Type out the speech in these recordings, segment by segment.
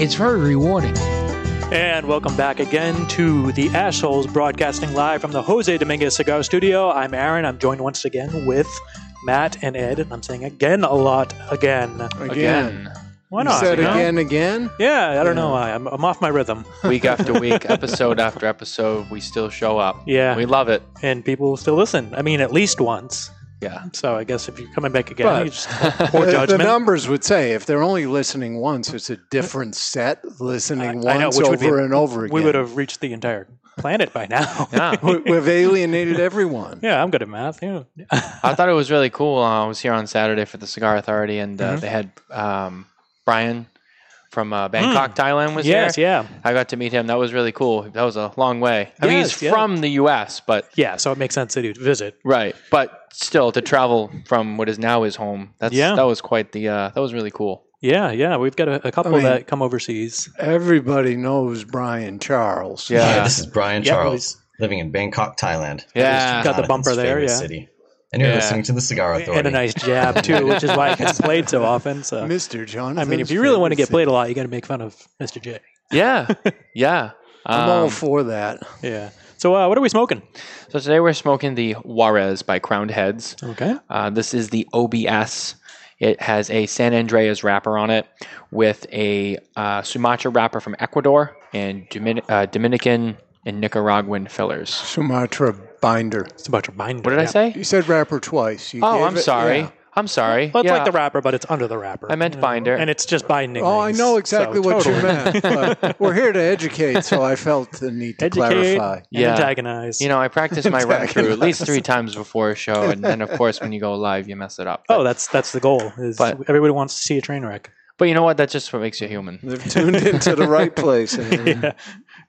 It's very rewarding. And welcome back again to the Assholes, broadcasting live from the Jose Dominguez Cigar Studio. I'm Aaron. I'm joined once again with Matt and Ed. And I'm saying again a lot again. again. Why You not? said you know? again, again. Yeah, I don't know. I, I'm, I'm off my rhythm, week after week, episode after episode, we still show up. Yeah. We love it. and people still listen. I mean, at least once. Yeah. So I guess if you're coming back again, But- you just poor The- judgment. The numbers would say if they're only listening once, it's a different set listening I- I know, once which would be- over and over again. we would have reached the entire planet by now. Yeah. We- We've alienated everyone. yeah, I'm good at math. Yeah. I thought it was really cool. Uh, I was here on Saturday for the Cigar Authority, and uh, Mhm. they had um, Brian from uh, Bangkok, Thailand, was Mm. yes, there. yeah. I got to meet him. That was really cool. That was a long way. I mean, Yes, he's yeah. from the U.S., but Yeah, so it makes sense that you'd visit. right, but still to travel from what is now his home. That's Yeah. that was quite the. Uh, that was really cool. Yeah, yeah. We've got a, a couple mean- that come overseas. Everybody knows Brian Charles. Yeah. Hi, this is Brian Yeah, Charles, living in Bangkok, Thailand. Yeah. Got the Jonathan's bumper there, favorite yeah. City. And you're Yeah. listening to the Cigar Authority. And a nice jab, too, which is why it gets played so often. So Mr. John. I mean, if you really want to get played a lot, you got to make fun of Mr. J. Yeah, yeah. I'm Um, all for that. Yeah. So uh, what are we smoking? so today we're smoking the Juarez by Crowned Heads. Okay. Uh, this is the OBS. It has a San Andreas wrapper on it with a uh, Sumatra wrapper from Ecuador and Domin- uh, Dominican and Nicaraguan fillers. Sumatra binder. It's a bunch of binder. What did I yeah. say? You said rapper twice. You Oh, gave I'm it- sorry. yeah. I'm sorry. Well, it's Yeah. like the wrapper, but it's under the wrapper. I meant you know? binder. And it's just binding. Oh, I rings, know exactly so what totally. you meant. But we're here to educate, so I felt the need to Educate clarify. and Yeah. antagonize. You know, I practice my run through at least three times before a show, and then of course when you go live, you mess it up. But, oh, that's that's the goal. Is But- everybody wants to see a train wreck. but you know what? That's just what makes you human. They've tuned into the right place. yeah.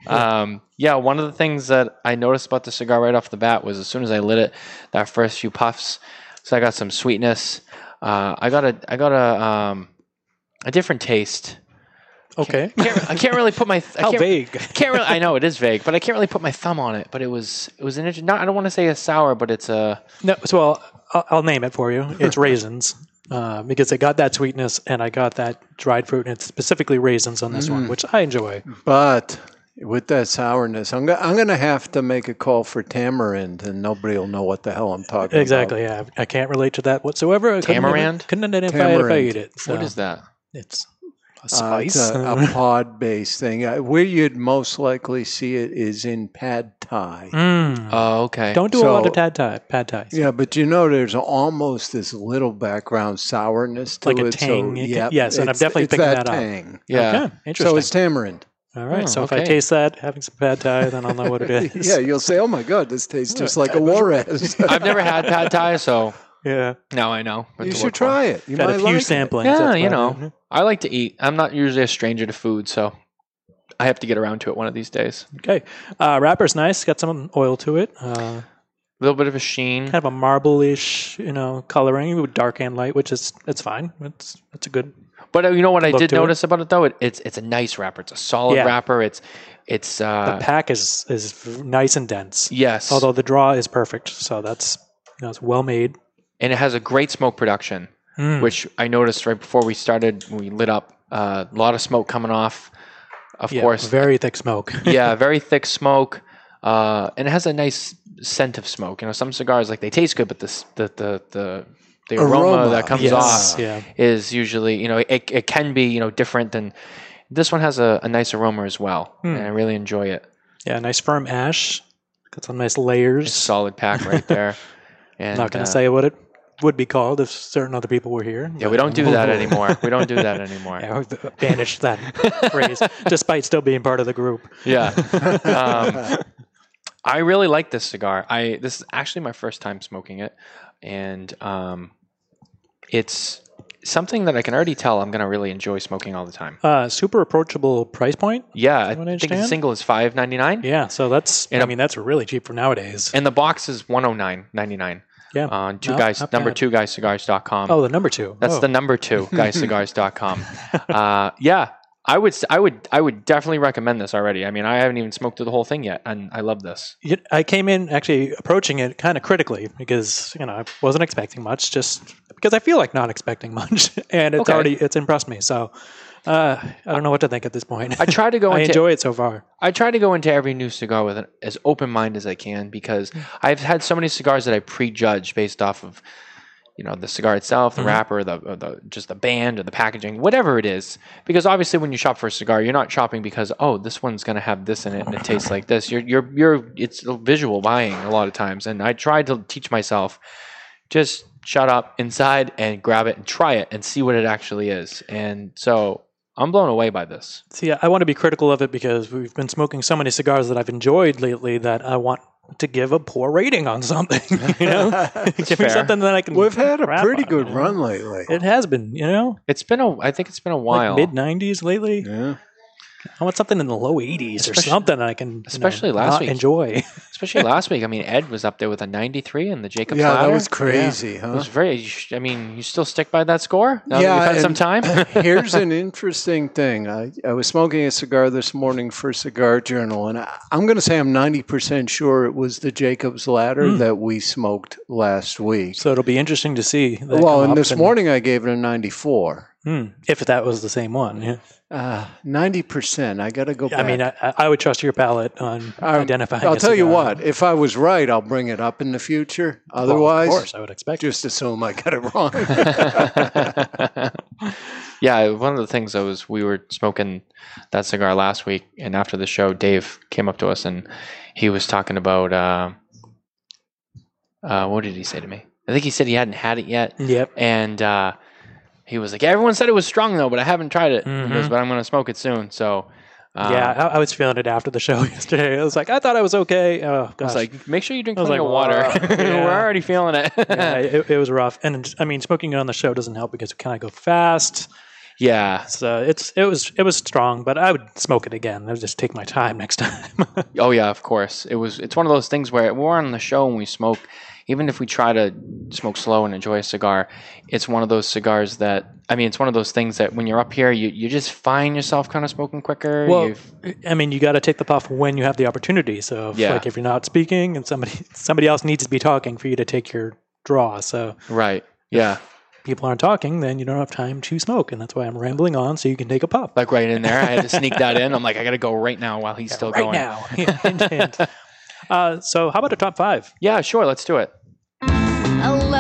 Um, yeah, one of the things that I noticed about the cigar right off the bat was as soon as I lit it, that first few puffs. So I got some sweetness. Uh, I got a, I got a, um, a different taste. Okay. I can't, I can't really put my, I How can't, vague. Can't really, I know it is vague, but I can't really put my thumb on it. But it was, it was an interesting. Not, I don't want to say a sour, but it's a. No, so I'll, I'll- I'll name it for you. It's raisins uh, because I got that sweetness and I got that dried fruit, and it's specifically raisins on this one, which I enjoy. But with that sourness, I'm, go- I'm going to have to make a call for tamarind, and nobody will know what the hell I'm talking Exactly. Yeah, I can't relate to that whatsoever. I couldn't Tamarind? ident- Couldn't identify it if I Tamarind. ate it. So What is that? It's a about. Uh, it's spice. a, a pod based thing. Uh, Where you'd most likely see it is in pad thai. Mm. Oh, okay. Don't do a So- lot of pad thai. Pad thai. Yeah, but you know, there's almost this little background sourness to Like a it. tang. So, It- yep, yes, and I'm it's- definitely it's picking that that up. tang. Yeah. Okay, interesting. So it's tamarind. All right. Oh, so if I okay. taste that, having some pad thai, then I'll know what it is. Yeah, you'll say, "Oh my god, this tastes just like a Juarez." I've never had pad thai, so yeah. now I know. what you to should look for. try it. You Got might a few like it. samplings. Yeah, that's you about know, it. Mm-hmm. I like to eat. I'm not usually a stranger to food, so I have to get around to it one of these days. Okay. Uh, wrapper's nice. Got some oil to it. Uh, A little bit of a sheen. kind of a marble-ish, you know, coloring with dark and light, which is it's fine. It's it's a good. But uh, you know what I Look did to it. notice about it though? It, it's it's a nice wrapper. It's a solid Yeah. wrapper. It's it's The uh pack is is v- nice and dense. yes. Although the draw is perfect, so that's you know it's well made. and it has a great smoke production, Mm. which I noticed right before we started when we lit up uh, a lot of smoke coming off. Of yeah, course. very thick smoke. yeah, very thick smoke. Uh, and it has a nice scent of smoke. You know, some cigars like they taste good, but this the the the, the aroma, Aroma, that comes yes. off Yeah. is usually you know it, it can be you know different than this one has a, a nice aroma as well and i really enjoy it Hmm. Yeah. Nice firm ash. Got some nice layers. solid pack right there and I'm not going uh, to say what it would be called if certain other people were here. yeah we don't do that anymore we don't do that anymore Yeah, I've banished that phrase, despite still being part of the group. yeah um, i really like this cigar i this is actually my first time smoking it and um it's something that I can already tell I'm going to really enjoy smoking all the time. Uh, super approachable price point. Yeah, I You wanna think the understand? single is five ninety nine, Yeah, so that's. And I a- mean, that's really cheap for nowadays. and the box is one hundred nine ninety nine. Yeah. on two No, guys not number bad. two guyscigars.com. oh, the number two. That's oh. the number two guyscigars.com. uh, yeah, I would s- I would I would definitely recommend this already. I mean, I haven't even smoked through the whole thing yet, and I love this. You- I came in actually approaching it kind of critically because you know I wasn't expecting much, just because I feel like not expecting much, and it's Okay. already it's impressed me. So uh, I don't know what to think at this point. I try to go I into enjoy it so far. I try to go into every new cigar with an, as open mind as I can because Hmm. I've had so many cigars that I prejudge based off of, you know, the cigar itself, the Mhm. wrapper, the, or the just the band or the packaging, whatever it is. Because obviously, when you shop for a cigar, you're not shopping because oh, this one's gonna have this in it and it tastes like this. You're you're you're it's visual buying a lot of times, and I tried to teach myself just shut up inside and grab it and try it and see what it actually is. And so I'm blown away by this. See, I want to be critical of it because we've been smoking so many cigars that I've enjoyed lately that I want to give a poor rating on something. You know, give fair. me something that I can. We've had a crap pretty on, good you know? run lately. It has been, you know, It's been a I think it's been a while. like mid '90s lately. Yeah. I want something in the low 80s or Especially- something I can, you know, especially last not week. enjoy. Especially last week. I mean, Ed was up there with a 93 and the Jacob Yeah, that Ladder. was crazy, It huh? was very. you sh- I mean, you still stick by that score? Now Yeah, that Oh, you've had some and- time. Here's an interesting thing. I, I was smoking a cigar this morning for Cigar Journal, and I, I'm going to say I'm 90% sure it was the Jacob's Ladder Hmm. that we smoked last week. so it'll be interesting to see. that Well, come and up this morning I gave it a 94. Hmm, if that was the same one. Yeah. Ah. Ninety percent. I got to go. Back. I mean, I, I- I would trust your palate on Um, identifying. I'll a tell you cigar. what. If I was right, I'll bring it up in the future. Well, Otherwise, of course, I would expect. just assume I got it wrong. yeah, one of the things I was we were smoking that cigar last week, and after the show, Dave came up to us and he was talking about uh, uh, what did he say to me? I think he said he hadn't had it yet, Yep. and uh, he was like, "Everyone said it was strong though, but I haven't tried it." He goes, Mhm. "But I'm going to smoke it soon." So, uh, yeah, I, I was feeling it after the show yesterday. I was like, I thought I was okay. Oh, I was gosh. like, "Make sure you drink I was plenty like, of water. "Wow." We're Yeah. already feeling it." yeah, yeah. it, it was rough. And I mean, smoking it on the show doesn't help because we kind of go fast. So it's it was it was strong, but I would smoke it again. I would just take my time next time. Oh yeah, of course. It was. It's one of those things where we're on the show and we smoke. Even if we try to smoke slow and enjoy a cigar, it's one of those cigars that I mean, it's one of those things that when you're up here, you, you just find yourself kind of smoking quicker. Well, You've- I mean, you got to take the puff when you have the opportunity. So, if, Yeah. like if you're not speaking and somebody somebody else needs to be talking for you to take your draw, so right. Yeah, people aren't talking, then you don't have time to smoke, and that's why I'm rambling on so you can take a puff like right in there. I had to sneak that in. I'm like, I gotta go right now while he's still right going. now. Hint, hint. Uh, so, how about a top five? Yeah, sure. Let's do it.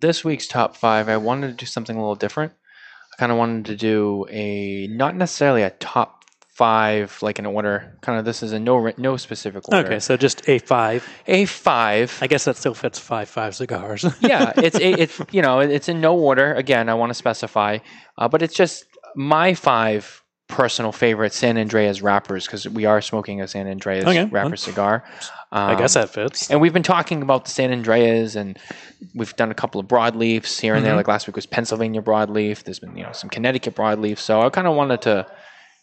this week's top five, I wanted to do something a little different. I kind of wanted to do a not necessarily a top five like in order. Kind of this is in no ri- no specific order. Okay, so just a five. A five. I guess that still fits five five cigars. yeah, it's it, it's you know it's in no order. Again, I want to specify, uh, but it's just my five personal favorite San Andreas wrappers because we are smoking a San Andreas Okay, wrapper well, cigar. Mm-hmm. I guess Um, that fits. and we've been talking about the San Andreas, and we've done a couple of broadleafs here and there. Mhm. Like last week was Pennsylvania broadleaf. There's been you know some Connecticut broadleaf. So I kind of wanted to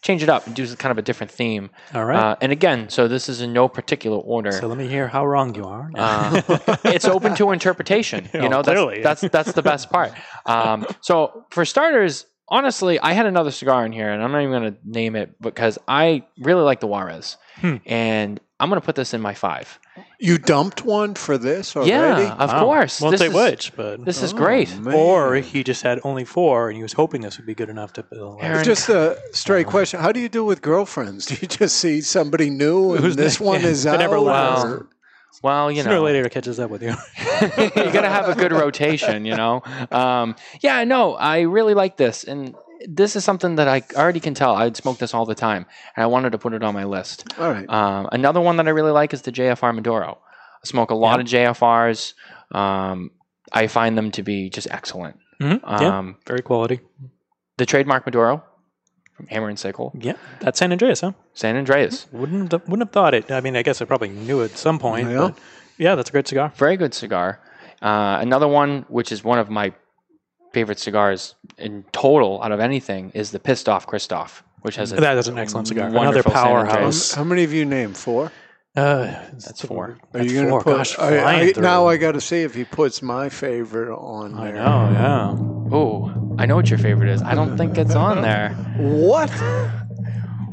change it up and do some kind of a different theme. All right. Uh, and again, so this is in no particular order. so let me hear how wrong you are. Uh, it's open to interpretation. You Yeah, know, that's, Oh, clearly. that's that's the best part. Um, so for starters, honestly, I had another cigar in here, and I'm not even going to name it because I really like the Juarez, Hmm. and I'm going to put this in my five. you dumped one for this already? Yeah, of Wow. course. Won't this say is, which, but This is Oh, great. man. or he just had only four, and he was hoping this would be good enough to. Bill. Aaron- Just a straight question. How do you do with girlfriends? Do you just see somebody new and Who's this the- one yeah, is they out? never last. or- Um, Well, you Sooner or know, later, it catches up with you. you gotta have a good rotation, you know. Um, yeah, no, I really like this, and this is something that I already can tell. I'd smoke this all the time, and I wanted to put it on my list. All right. Um, another one that I really like is the JFR Maduro. I smoke a lot of JFRs. Um, I find them to be just excellent. Mhm, yeah, Um, very quality. The trademark Maduro from Hammer and Sickle, Yeah, that's San Andreas, huh? Mm-hmm. San Andreas. Wouldn't have, wouldn't have thought it. I mean, I guess I probably knew at some point. Yeah. but yeah that's a great cigar. Very good cigar. Uh, another one, which is one of my favorite cigars in total out of anything, is the Pissed Off Christoph, which has a That is an excellent cigar. Another wonderful San How, Andreas. powerhouse. how many of you named four? Uh, That's four. Are you going to four. put? Gosh, I- I- flying through. now I got to see if he puts my favorite on I there. know, Oh, I know what your favorite is. I don't think it's on there. What?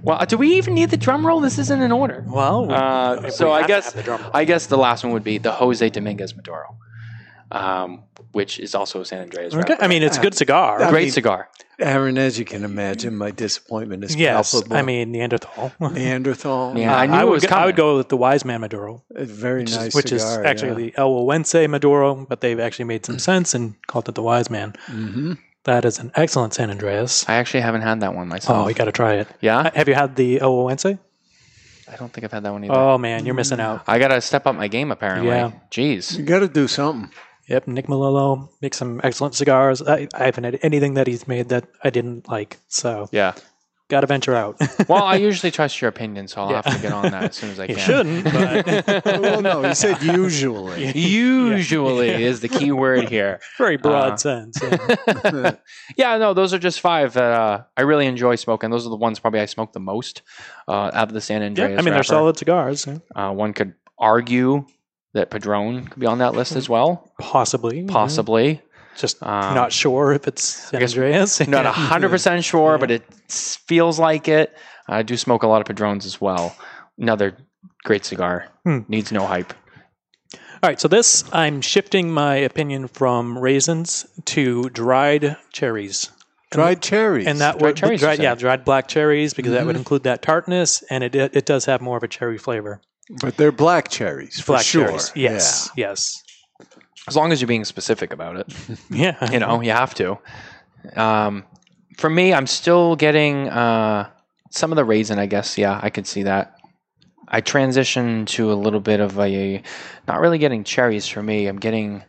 Well, uh, do we even need the drum roll? This isn't in order. yeah. Well, Uh, so I guess I, I guess the last one would be the Jose Dominguez Maduro, um, which is also a San Andreas. okay. I mean, it's a good cigar. I wrapper. great mean- cigar. Aaron, as you can imagine, my disappointment is yes, palpable. I mean Neanderthal. Neanderthal. Yeah, I knew it would was go, I coming. would go with the Wise Man Maduro, a very which, nice is, which cigar. is actually the El Wawense Maduro, but they've actually made some sense and called it the Wise Man. hmm That is an excellent San Andreas. I actually haven't had that one myself. Oh, you got to try it. yeah, Have you had the El Wawense? I don't think I've had that one either. Oh man, you're missing out. I gotta step up my game apparently. Yeah. Jeez. You got to do something. Yep, Nick Malillo makes some excellent cigars. I, I haven't had anything that he's made that I didn't like, so Yeah. got to venture out. Well, I usually trust your opinion, so I'll Yeah. have to get on that as soon as I you can. shouldn't, but well, no, he said usually. Usually is the key word here. very broad Uh. sense. yeah. yeah, no, those are just five that uh, I really enjoy smoking. Those are the ones probably I smoke the most uh, out of the San Yeah, Andreas. I mean they're wrapper. solid cigars, yeah. Uh, one could argue that Padron could be on that list as well, possibly. yeah. possibly. Just Um, not sure if it's San guess Andreas. I'm not Yeah. hundred percent sure, but it s- feels like it. I do smoke a lot of Padrons as well. Another great cigar. Hmm. Needs no hype. All right, so this I'm shifting my opinion from raisins to dried cherries, Dried cherries. Mm-hmm. and that Dried would cherries, you dried, said. yeah, dried black cherries because that would include that tartness, and it it does have more of a cherry flavor. but they're black cherries for Black sure. cherries, yes, yes, As long as you're being specific about it. yeah, you know you have to um, for me i'm still getting uh, some of the raisin i guess yeah i could see that i transition to a little bit of a not really getting cherries for me i'm getting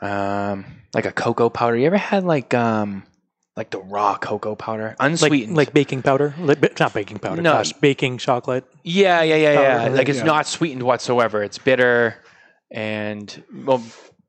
um, like a cocoa powder you ever had like um, like the raw cocoa powder like unsweetened like baking powder, Li- ba- not baking powder, No. gosh, baking chocolate. yeah yeah yeah yeah powder, like it's yeah. not sweetened whatsoever it's bitter and well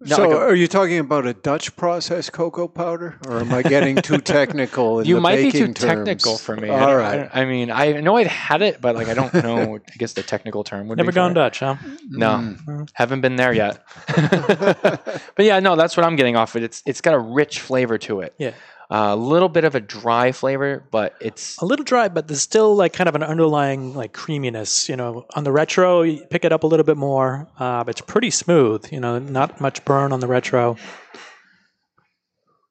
not so, like a- are you talking about a Dutch processed cocoa powder, or am I getting too technical? In you the might be too baking terms? technical for me. I All don't- right. I, I mean, I know I'd had it, but like I don't know. I guess the technical term would Never be for gone it. Dutch, huh? No, Mm-hmm. Mm. haven't been there yet. but yeah, no, that's what I'm getting off it. It's it's got a rich flavor to it. Yeah. A little bit of a dry flavor, but it's a little dry, but there's still like kind of an underlying like creaminess. You know, on the retro, you pick it up a little bit more, uh, but it's pretty smooth. You know, not much burn on the retro.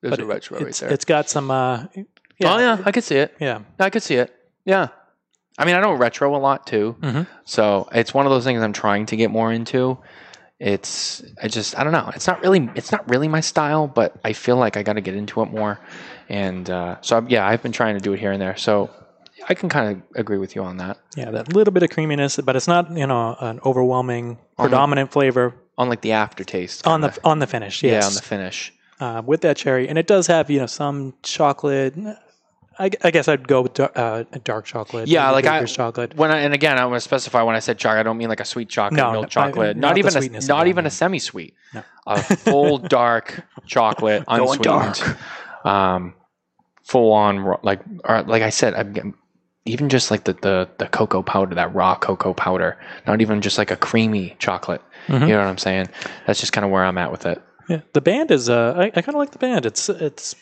there's but a retro right it's, there. it's got some. Uh, yeah, Oh yeah, I could see it. yeah. I could see it. Yeah. I mean, I know retro a lot too. Mhm. So it's one of those things I'm trying to get more into. It's I just I don't know. It's not really it's not really my style, but I feel like I got to get into it more. And uh, so I'm, yeah, I've been trying to do it here and there. So I can kind of agree with you on that. Yeah, that little bit of creaminess, but it's not you know an overwhelming On the- predominant flavor On like the aftertaste. on the kinda. on the finish. yeah Yes, on the finish. uh, with that cherry, and it does have you know some chocolate. I, I guess I'd go with dar- uh, dark chocolate. Yeah, maybe like I- baker's chocolate. When I, and again, I want to specify when I said chocolate, I don't mean like a sweet chocolate, No, milk no, I- chocolate, not not, the even a, sweetness of not it, even no. a semi-sweet, No. a full dark chocolate, Going unsweetened, um, full on raw- like or like I said, I'm getting, even just like the, the the cocoa powder, that raw cocoa powder, not even just like a creamy chocolate. Mhm. You know what I'm saying? That's just kind of where I'm at with it. Yeah, the band is. Uh, I, I kind of like the band. It's it's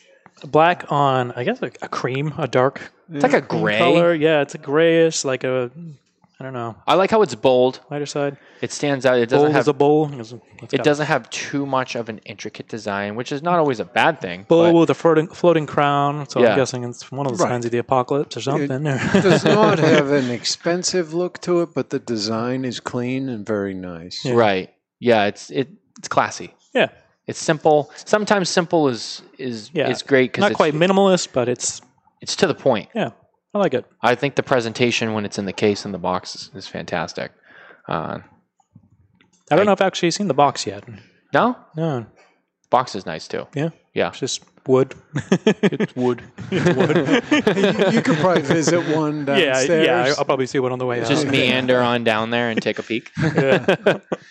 black on I guess a, a cream, a dark It's like a cream gray. color. Yeah, it's a grayish, like a I don't know I like how it's bold. lighter side. It stands out. It doesn't Bowl have is a bowl. It's- it's it got doesn't have too much of an intricate design, which is not always a bad thing. a bowl but- with a floating floating crown. So Yeah. I'm guessing it's one of the Right. signs of the apocalypse or something. It does not have an expensive look to it, but the design is clean and very nice. Right. Yeah, it's it it's classy. yeah. It's simple. Sometimes simple is is Yeah. is great because Not it's, quite minimalist, but it's it's to the point. yeah, I like it. I think the presentation when it's in the case and the box is, is fantastic. Uh, I don't know if I've actually seen the box yet. no, No, box is nice too. yeah, Yeah, it's just wood. it's wood. you, you could probably visit one yeah, downstairs. yeah. I'll probably see one on the way out. just meander on down there and take a peek.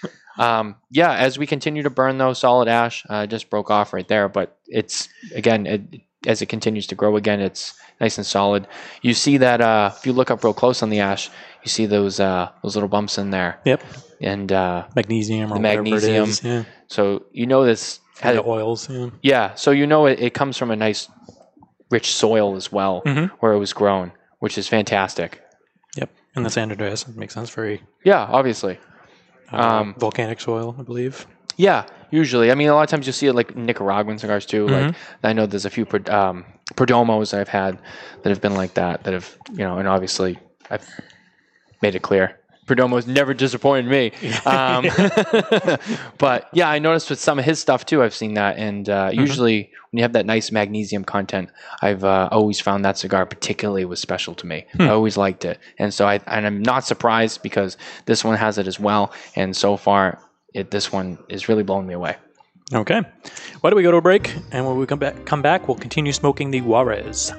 um, yeah, as we continue to burn though, solid ash uh, just broke off right there, but it's again it, as it continues to grow again, it's nice and solid. You see that uh, if you look up real close on the ash, you see those uh, those little bumps in there, Yep, and uh, magnesium or The whatever magnesium it is. Yeah, so you know this and had the oils. Yeah. Yeah, so you know it, it comes from a nice, rich soil as well, Mhm. where it was grown, which is fantastic. Yep, and the San Andreas it makes sense. Very Yeah, obviously. uh, Um, volcanic soil, I believe. Yeah, usually. I mean, a lot of times you see it like Nicaraguan cigars too. Like Mm-hmm. I know there's a few Perd- um, Perdomos that I've had that have been like that. That have you know, and obviously I've made it clear. Perdomo's never disappointed me. Um, but yeah, I noticed with some of his stuff too. I've seen that, and uh, usually when you have that nice magnesium content, I've uh, always found that cigar particularly was special to me. I always liked it, and so I and I'm not surprised because this one has it as well. And so far, it this one is really blowing me away. Okay, why don't we go to a break? And when we come back, come back, we'll continue smoking the Juarez.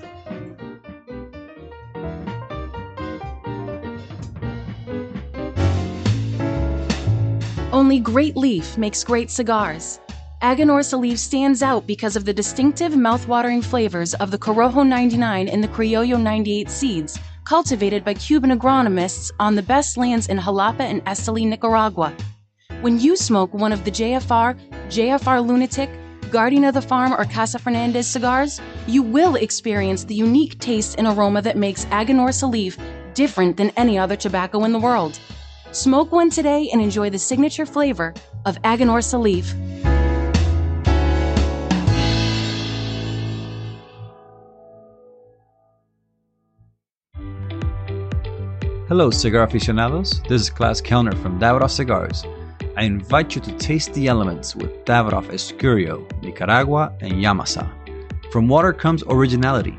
Only Great Leaf makes great cigars. Aganorsa leaf stands out because of the distinctive mouthwatering flavors of the Corojo 99 and the Criollo 98 seeds, cultivated by Cuban agronomists on the best lands in Jalapa and Esteli, Nicaragua. When you smoke one of the JFR, JFR Lunatic, Guardian of the Farm, or Casa Fernandez cigars, you will experience the unique taste and aroma that makes Aganorsa leaf different than any other tobacco in the world. Smoke one today and enjoy the signature flavor of Aganor Salif. Hello, cigar aficionados. This is Klaus Kellner from Davidoff Cigars. I invite you to taste the elements with Davidoff Escurio, Nicaragua, and Yamasa. From water comes originality.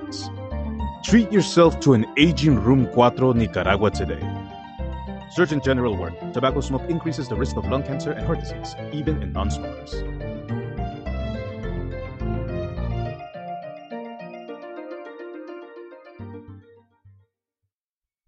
Treat yourself to an aging Room 4 Nicaragua today. Surgeon General warned tobacco smoke increases the risk of lung cancer and heart disease, even in non smokers.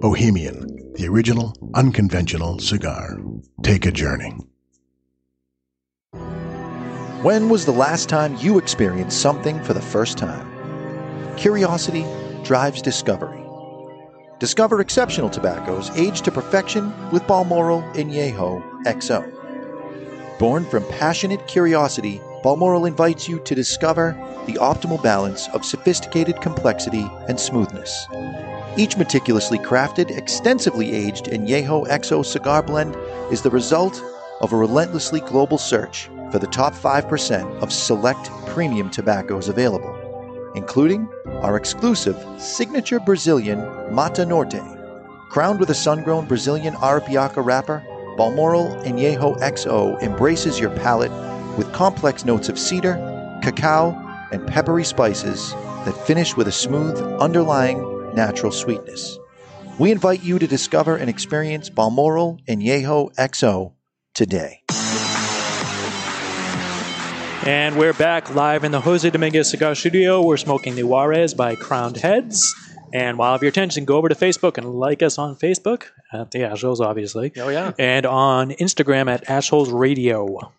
Bohemian, the original unconventional cigar. Take a journey. When was the last time you experienced something for the first time? Curiosity drives discovery. Discover exceptional tobaccos aged to perfection with Balmoral Añejo XO. Born from passionate curiosity, Balmoral invites you to discover the optimal balance of sophisticated complexity and smoothness. Each meticulously crafted, extensively aged Añejo XO cigar blend is the result of a relentlessly global search for the top 5% of select premium tobaccos available, including our exclusive signature Brazilian Mata Norte. Crowned with a sun-grown Brazilian Arabiaca wrapper, Balmoral Añejo XO embraces your palate with complex notes of cedar, cacao, and peppery spices that finish with a smooth, underlying natural sweetness. We invite you to discover and experience Balmoral Añejo XO today. And we're back live in the Jose Dominguez Cigar Studio. We're smoking the Juarez by Crowned Heads. And while you have your attention, go over to Facebook and like us on Facebook at the Assholes, obviously. Oh yeah. And on Instagram at Assholes Radio.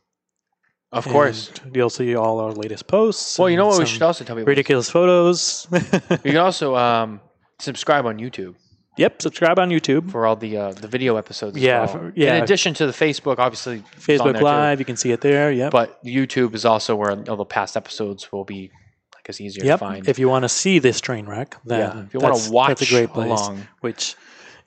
Of course. And you'll see all our latest posts. Well, you know and what we some should also tell people? Ridiculous photos. you can also um, subscribe on YouTube. Yep, subscribe on YouTube for all the uh, the video episodes. as Yeah, well. for- yeah. In addition to the Facebook, obviously it's on Facebook there too. Live, you can see it there. Yep. but YouTube is also where all the past episodes will be, I guess, easier to yep. find. If you want to see this train wreck, then Yeah, if you wanna that's- that's watch a great place. along. Which,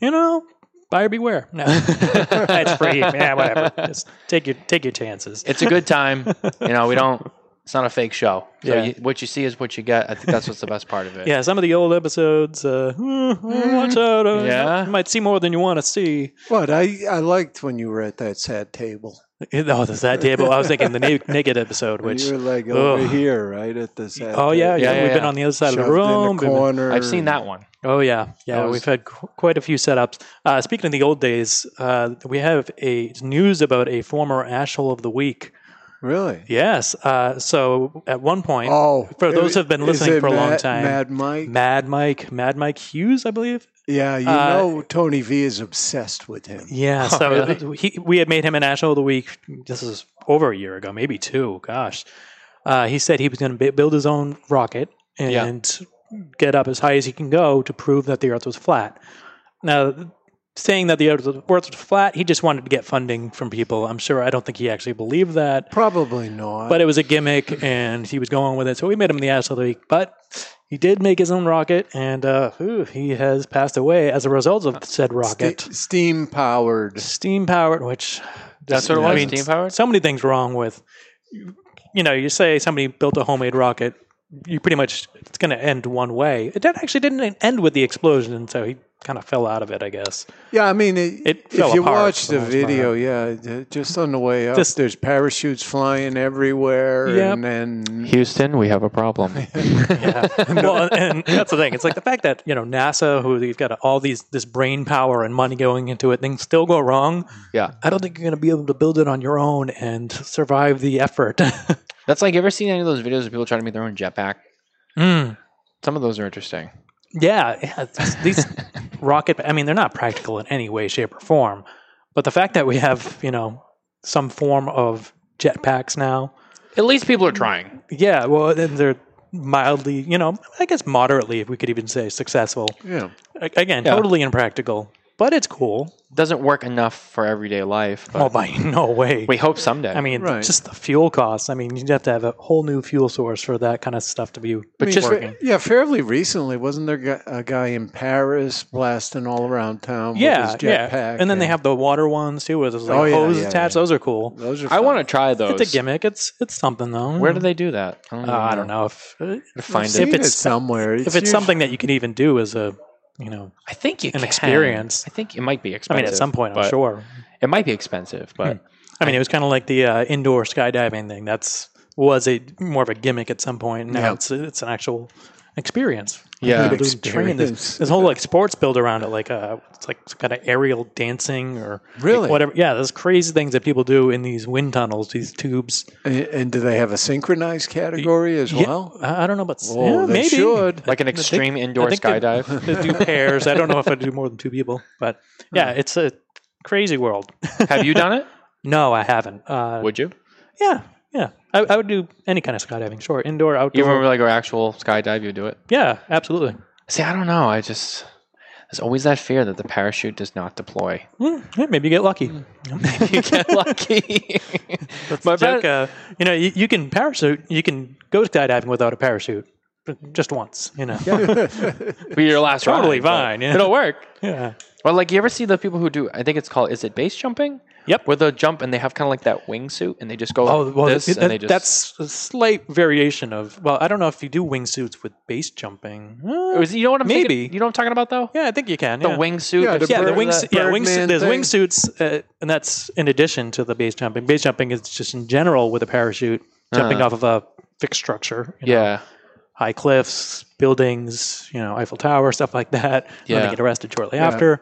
you know, buyer beware. No, that's free. Yeah, whatever. Just take your take your chances. it's a good time. You know, we don't. It's not a fake show. So Yeah. you, what you see is what you get. I think that's what's the best part of it. Yeah, some of the old episodes. Uh, hmm, hmm, watch out! Uh, Yeah. you might see more than you want to see. What I, I liked when you were at that sad table. Oh, the sad table. I was thinking the na- naked episode, When which you were like ugh. over here, right at the sad. Oh yeah, table. yeah, We've been on the other side of the Shoved in room. We've been- corner. Oh yeah, yeah. That was- We've had qu- quite a few setups. Uh, speaking of the old days, uh, we have a news about a former asshole of the week. Really? Yes. Uh, so at one point, Oh, for those it- who've been is listening it for a long Mad- time, Mad Mike? Mad Mike, Mad Mike Hughes, I believe. Yeah, you Uh, know Tony V is obsessed with him. Yeah, so th- he, we had made him an National of the Week. This is over a year ago, maybe two. Gosh, uh, he said he was going to build his own rocket and get up as high as he can go to prove that the Earth was flat. Now, th- saying that the Earth was Earth was flat, he just wanted to get funding from people. I'm sure. I don't think he actually believed that, probably not. but it was a gimmick, and he was going with it. So we made him the National of the Week, but. He did make his own rocket, and uh, whew, he has passed away as a result of said rocket. steam powered. Steam powered, which That's what it was, steam-powered? So many things wrong with, you know, you say somebody built a homemade rocket, you pretty much it's going to end one way. It did- actually didn't end with the explosion, so he kind of fell out of it, I guess. Yeah, I mean, it, fell if you apart watch for the the most part. video, yeah, th- just on the way up, Just- there's parachutes flying everywhere, Yep. and then Houston, we have a problem. well, and that's the thing. It's like the fact that you know NASA, who they've got all these this brain power and money going into it, things still go wrong. Yeah. I don't think you're going to be able to build it on your own and survive the effort. That's like, you ever seen any of those videos of people trying to make their own jetpack? Hmm. Mm. Some of those are interesting. Yeah, yeah it's- these rocket. I mean, they're not practical in any way, shape, or form. But the fact that we have, you know, some form of jetpacks now. At least people are trying. Yeah, well, then they're mildly, you know, I guess moderately, if we could even say successful. Yeah. A- Again, Yeah. totally impractical. but it's cool. Doesn't work enough for everyday life. But Oh, by no way. We hope someday. I mean, just the fuel costs. I mean, you'd have to have a whole new fuel source for that kind of stuff to be I mean, fa- working. yeah, fairly recently, wasn't there gu- a guy in Paris blasting all around town yeah, with his yeah. jetpack? And then they have the water ones too, with those like Oh, yeah, hose yeah, attached. Those are cool. Those are I fun. wanna try those. It's a gimmick. It's it's something though. Where do they do that? I Uh, don't I know. don't know if uh, find if it. Seen it's it somewhere. If It's it's, usually- something that you can even do as a you know, I think you an can. experience. I think it might be I expensive. mean, at some point, I'm but- sure. Hmm. It might be expensive, but I mean, it was kind of like the uh, indoor skydiving thing. That's was a more of a gimmick at some point. Now Yeah. it's it's an actual experience. Yeah. People do train Experience. this, this whole like sports built around it. Like uh, it's like some kind of aerial dancing or like, Really? whatever. Yeah, those crazy things that people do in these wind tunnels, these tubes. And, and do they have a synchronized category as Yeah, well? I I don't know, but s- Whoa, yeah, they maybe should. Like an I think- extreme indoor I think they- skydive. They, do pairs. I don't know if I do more than two people, but yeah, it's a crazy world. have you done it? No, I haven't. Uh, Would you? Yeah, yeah. I, I would do any kind of skydiving, sure, indoor, outdoor. You remember like our actual skydive? You do it. yeah, absolutely. See, I don't know. I just there's always that fear that the parachute does not deploy. Hmm, yeah, maybe you get lucky. you get lucky. That's My the joke. bad- Uh, you know, you, you can parachute. You can go skydiving without a parachute, but just once. You know, Be your last totally ride, but fine. Yeah. It'll work. Yeah. Well, like you ever see the people who do? I think it's called. Is it base jumping? Yep. Where they'll jump and they have kind of like that wingsuit and they just go Oh like well, this th- and they that- just that's a slight variation of. Well, I don't know if you do wingsuits with base jumping. Uh, Or is- you know what I'm maybe. thinking? You know what I'm talking about though? Yeah, I think you can. The yeah. wingsuit. Yeah, there's- the, wings. Yeah, wingsuit. Birdman There's thing. wingsuits, uh, and that's in addition to the base jumping. Base jumping is just in general with a parachute, jumping Uh-huh. off of a fixed structure. you know, Yeah. high cliffs, buildings, you know, Eiffel Tower, stuff like that. Yeah, Yeah. they get arrested shortly Yeah. after. It-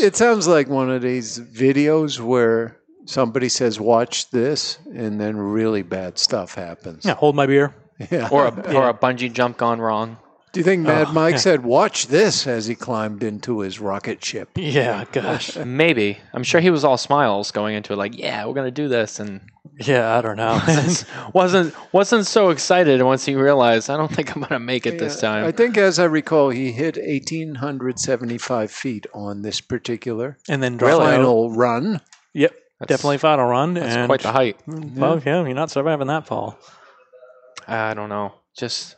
It, sounds like one of these videos where somebody says, "Watch this," and then really bad stuff happens. Yeah, hold my beer. Yeah. Or a, or a bungee jump gone wrong. Do you think Mad Oh, Mike yeah. said, "Watch this" as he climbed into his rocket ship? Yeah, gosh. Maybe. I'm sure he was all smiles going into it, like, yeah, we're gonna do this, and Yeah, I don't know. wasn't wasn't so excited once he realized I don't think I'm gonna make it this time. I think, as I recall, he hit 1,875 feet on this particular And then dropped final run. Yep, definitely final run. that's and Mm, quite the height. Well, yeah, you're not surviving that fall. I don't know. Just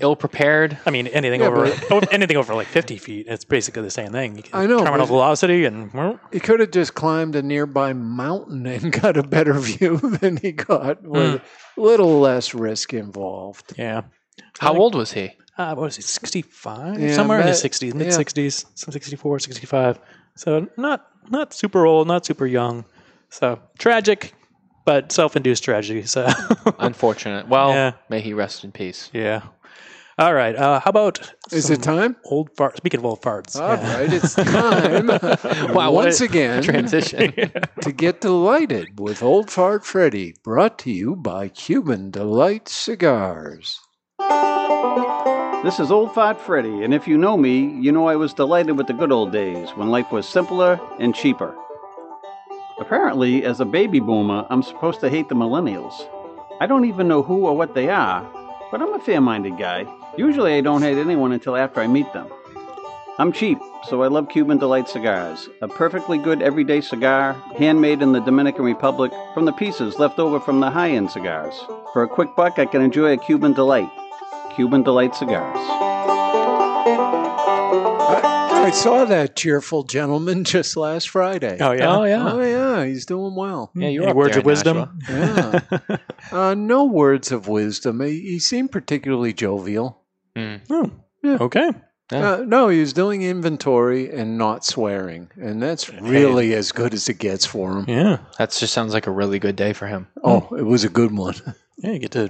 ill prepared. I mean, anything Yeah, over but- over- anything over like 50 feet, it's basically the same thing. You can I know, terminal but- velocity and He could have just climbed a nearby mountain and got a better view than he got with Hmm. a little less risk involved. yeah. How old was he? Uh, what was he? 65? Yeah, Somewhere in but- the 60s, yeah. mid 60s, some 64, 65. So not not super old, not super young. So tragic, but self-induced tragedy. So Unfortunate. Well, Yeah. may he rest in peace. yeah. All right. Uh, how about Is it time? Old fart. Speaking of old farts. All right, it's time. Wow, what once a again transition. to get delighted with Old Fart Freddy, brought to you by Cuban Delight Cigars. This is Old Fart Freddy, and if you know me, you know I was delighted with the good old days when life was simpler and cheaper. Apparently, as a baby boomer, I'm supposed to hate the millennials. I don't even know who or what they are, but I'm a fair minded guy. Usually, I don't hate anyone until after I meet them. I'm cheap, so I love Cuban Delight cigars. A perfectly good everyday cigar, handmade in the Dominican Republic from the pieces left over from the high end cigars. For a quick buck, I can enjoy a Cuban Delight. Cuban Delight cigars. I saw that cheerful gentleman just last Friday. Oh, yeah? Oh, yeah. Oh yeah. He's doing well. Yeah, you're Any up words there of in wisdom? Yeah. uh, no words of wisdom. He, he seemed particularly jovial. Hmm. Yeah. Okay. Uh, no, he was doing inventory and not swearing, and that's really as good as it gets for him. Yeah. That just sounds like a really good day for him. Oh, it was a good one. Yeah, you get to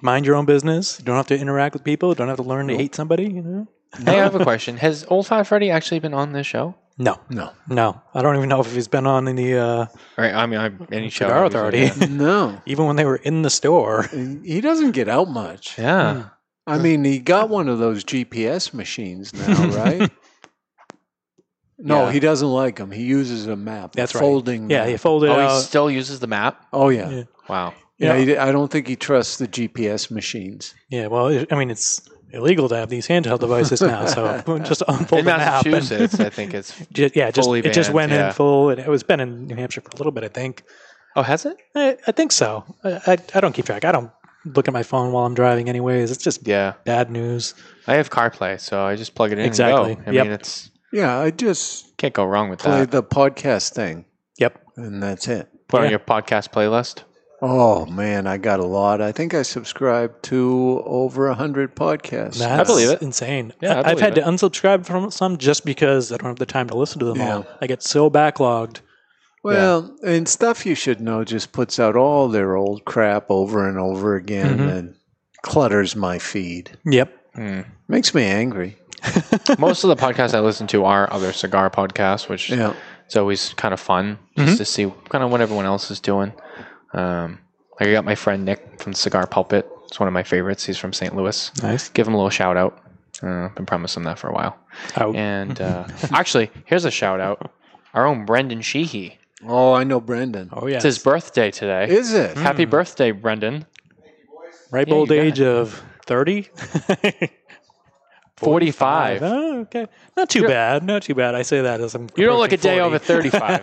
mind your own business. You don't have to interact with people. You don't have to learn to hate somebody. You know. Hey, I have a question. Has Old Fat Freddy actually been on this show? No. No. No. I don't even know if he's been on any. Uh, Right. I mean, I, any show. Cigar obviously, Authority. No, even when they were in the store. He doesn't get out much. Yeah. I mean, he got one of those GPS machines now, right? no, Yeah. he doesn't like them. He uses a map. That's a right. folding Yeah, map. he folded Oh, he out. still uses the map? Oh, yeah. Yeah. Wow. Yeah, Yeah. he d I don't think he trusts the GPS machines. Yeah, well, it- I mean, it's illegal to have these handheld devices now. So just unfold In the map and- Massachusetts, I think it's Ju- yeah, just fully it just banned, went yeah. in full, and it was been in New Hampshire for a little bit, I think. Oh, has it? I, I think so. I, I I don't keep track. I don't look at my phone while I'm driving, anyways. It's just yeah bad news. I have CarPlay, so I just plug it in. Exactly. And go. I Yep. mean, it's Yeah, I just can't go wrong with play that. the podcast thing. Yep. And that's it. Put on your podcast playlist. Oh man, I got a lot. I think I subscribe to over a hundred podcasts. That's Insane. Yeah, I I have had believe to unsubscribe from some just because I don't have the time to listen to them Yeah. all. I get so backlogged. Well, and stuff you should know just puts out all their old crap over and over again Mhm. and clutters my feed. Yep. Makes me angry. Most of the podcasts I listen to are other cigar podcasts, which Yeah. it's always kind of fun Mm-hmm. just to see kind of what everyone else is doing. Um, like I got my friend Nick from Cigar Pulpit. It's one of my favorites. He's from St. Louis. Nice. Give him a little shout out. Uh, I've been promising that for a while. Oh. And uh, actually, here's a shout out. Our own Brendan Sheehy. Oh, I know Brendan. Oh yeah. It's his birthday today. Is it? Happy birthday, Brendan. Ripe Yeah, you old got age of 30? 45. Oh, okay. Not too bad. Not too bad. I say that as I'm. You don't look a day over approaching 35.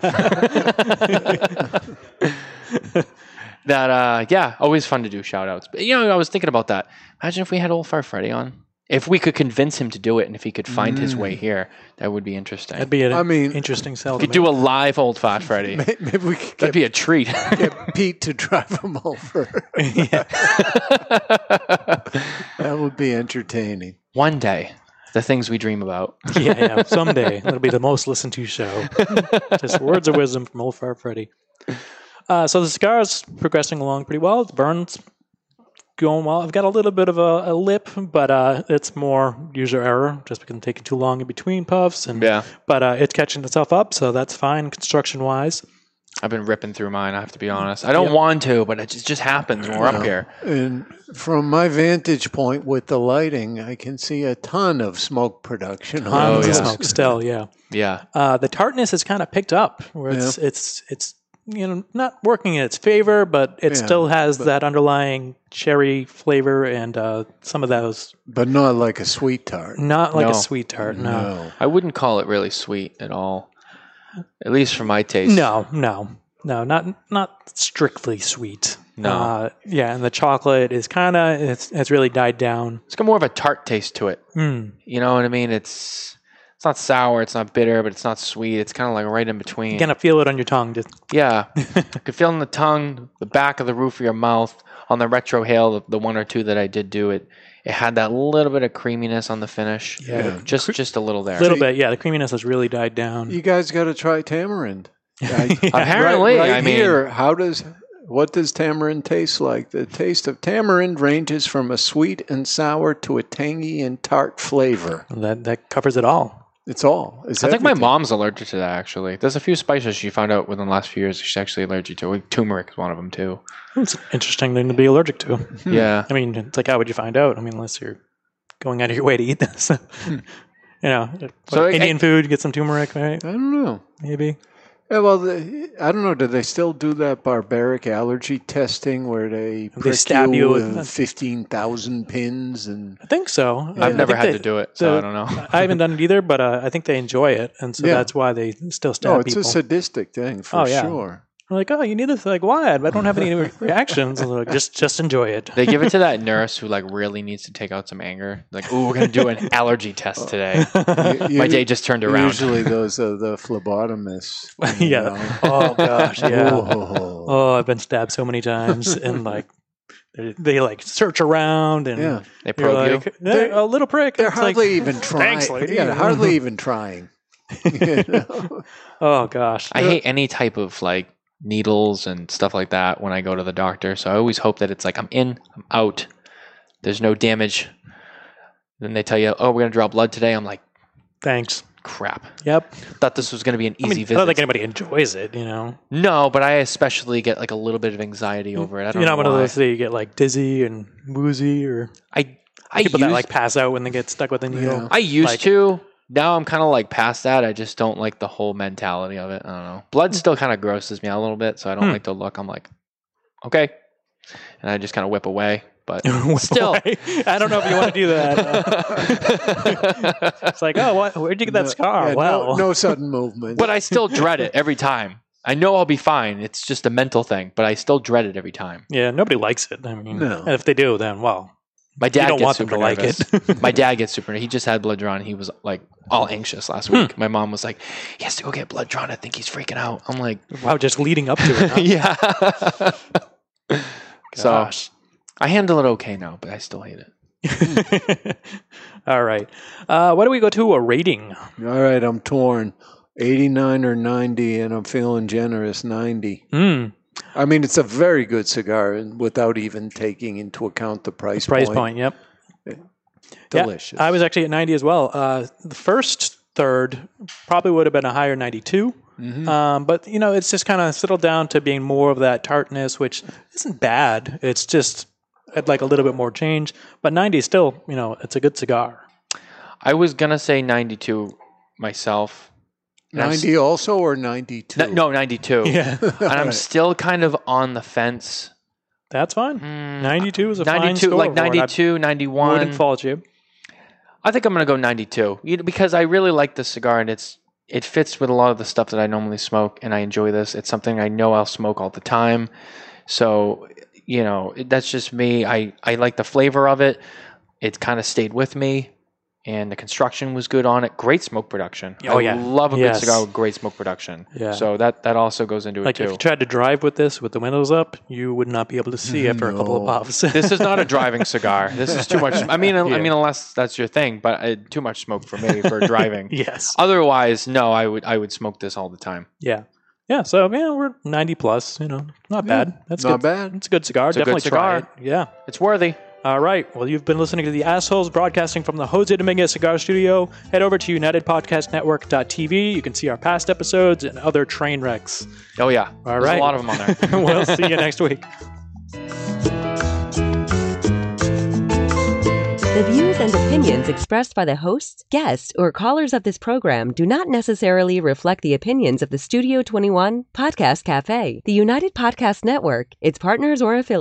that, uh, yeah, always fun to do shout outs. But, you know, I was thinking about that. Imagine if we had Old Fire Freddy on. If we could convince him to do it and if he could find his Mm. way here, that would be interesting. That'd be an I mean- interesting sell. to We could make. do a live Old Fire Freddy. Maybe we could That'd be a treat. get Pete to drive him over. that would be entertaining. One day, the things we dream about. yeah, yeah. Someday it'll be the most listened to show. Just words of wisdom from Old Fire Freddy. Uh, so the cigar is progressing along pretty well. The burn's going well. I've got a little bit of a, a lip, but uh, it's more user error, just because I'm taking too long in between puffs. And Yeah. but uh, it's catching itself up, so that's fine construction wise. I've been ripping through mine, I have to be honest. I don't Mm. Yeah. want to, but it just, just happens when we're Yeah. up here. And from my vantage point with the lighting, I can see a ton of smoke production. on Tons of this. smoke still, yeah. Yeah. Uh, the tartness has kind of picked up, where it's it's it's you know not working in its favor, but it Yeah, still has but- that underlying cherry flavor and uh, some of those But not like a sweet tart. not like No. a sweet tart. No, I wouldn't call it really sweet at all. At least for my taste. no, no, no, not not strictly sweet. No. uh, yeah, and the chocolate is kind of it's it's really died down. It's got more of a tart taste to it. Mm. You know what I mean? It's it's not sour, it's not bitter, but it's not sweet. It's kind of like right in between. You kind of feel it on your tongue. Just yeah. you could feel it in the tongue, the back of the roof of your mouth, on the retrohale, the, the one or two that I did do it. It had that little bit of creaminess on the finish. Yeah. Yeah. Just just a little there. a little bit, yeah. The creaminess has really died down. You guys got to try tamarind. I, Apparently, right, right I mean- here, how does what does tamarind taste like? The taste of tamarind ranges from a sweet and sour to a tangy and tart flavor. That that covers it all. It's all. It's I think my everything. mom's allergic to that actually. There's a few spices she found out within the last few years she's actually allergic to. Like turmeric is one of them too. It's an interesting thing to be allergic to. Yeah. Hmm. I mean, it's like, how would you find out? I mean, unless you're going out of your way to eat this. Hmm. you know, So like I- Indian food, get some turmeric, right? I don't know. Maybe. Yeah, well, the, I don't know. Do they still do that barbaric allergy testing where they, prick stab you with- fifteen thousand pins and I think so. I- I I've never think had they- to do it, so I the- don't know. I haven't done it either, but uh, I think they enjoy it. And so Yeah. that's why they still stab no, it's people. a sadistic thing for Oh, yeah. sure. I'm like, oh, you need this. Like, why? I don't have any re- reactions. And they're like, just, just enjoy it. They give it to that nurse who like really needs to take out some anger. Like, oh, we're gonna do an allergy test today. My day just turned around. Usually, those are the phlebotomists. you know. yeah. Oh gosh. Yeah. Oh. Oh, I've been stabbed so many times, and like they, they like search around and Yeah. They you're probe you. like, "Eh, a little prick. They're It's like, hardly even trying. Thanks, lady. Yeah, hardly even trying. You know? Oh gosh. I hate any type of like needles and stuff like that when I go to the doctor. So I always hope that it's like I'm in, I'm out. There's no damage. Then they tell you, oh, we're gonna draw blood today. I'm like, Thanks. crap. Yep. Thought this was gonna be an I easy mean, visit. I don't think anybody enjoys it, you know. no, but I especially get like a little bit of anxiety over it. I don't You're know not one of why. those that you get like dizzy and woozy or I I people that used- like pass out when they get stuck with a needle. I used Like- to. Now I'm kind of like past that. I just don't like the whole mentality of it. I don't know. Blood still kind of grosses me out a little bit, so I don't Hmm. like to look. I'm like, okay, and I just kind of whip away. but Still, I don't know if you want to do that. it's like, oh, what, where'd you get that scar? yeah, no- wow, no sudden movement. but I still dread it every time. I know I'll be fine. It's just a mental thing, but I still dread it every time. Yeah, nobody likes it. I mean, No. and if they do, then well, My dad you don't gets want them super to like it. nervous. My dad gets super. He just had blood drawn. He was like all anxious Hmm. last week. My mom was like, "He has to go get blood drawn. I think he's freaking out." I'm like, "Wow, just leading up to it." yeah. so Gosh. I handle it okay now, but I still hate it. All right. Uh, why do we go to a rating? All right, I'm torn. 89 or 90, and I'm feeling generous 90. Mm. I mean, it's a very good cigar and without even taking into account the price, Eh, Price point, yep. Yeah, Delicious. I was actually at 90 as well. Uh, the first third probably would have been a higher 92. Mm-hmm. Um, but, you know, it's just kind of settled down to being more of that tartness, which isn't bad. It's just I'd like a little bit more change. But 90 is still, you know, it's a good cigar. I was gonna say 92 myself. And I'm s- 90 also or 92? N- no, 92. Yeah. and I'm Right. still kind of on the fence. That's fine. 92 is a 92, fine 92, score like for it. I 92, 91. Wouldn't fault you. I think I'm going to go 92 you know, because I really like this cigar and it's it fits with a lot of the stuff that I normally smoke and I enjoy this. It's something I know I'll smoke all the time. So, you know, it- that's just me. I I like the flavor of it. It kind of stayed with me and the construction was good on it. Great smoke production. Oh, I yeah. love a Yes. good cigar with great smoke production. Yeah. So that that also goes into Like it if too. you tried to drive with this with the windows up, you would not be able to see after a couple of puffs. this is not a driving cigar. This is too much. I mean, I Yeah. mean, unless that's your thing, but uh, too much smoke for me for driving. Yes. Otherwise, no. I would I would smoke this all the time. Yeah. Yeah. So yeah, we're ninety plus. You know, not Yeah, bad. That's good. not bad. It's a good cigar. It's a good Definitely cigar. try it. Yeah, it's worthy. All right. Well, you've been listening to the assholes broadcasting from the Jose Dominguez Cigar Studio. Head over to UnitedPodcastNetwork.tv. You can see our past episodes and other train wrecks. Oh yeah. All There's right. a lot of them on there. we'll see you next week. The views and opinions expressed by the hosts, guests, or callers of this program do not necessarily reflect the opinions of the Studio 21 Podcast Cafe, the United Podcast Network, its partners, or affiliates.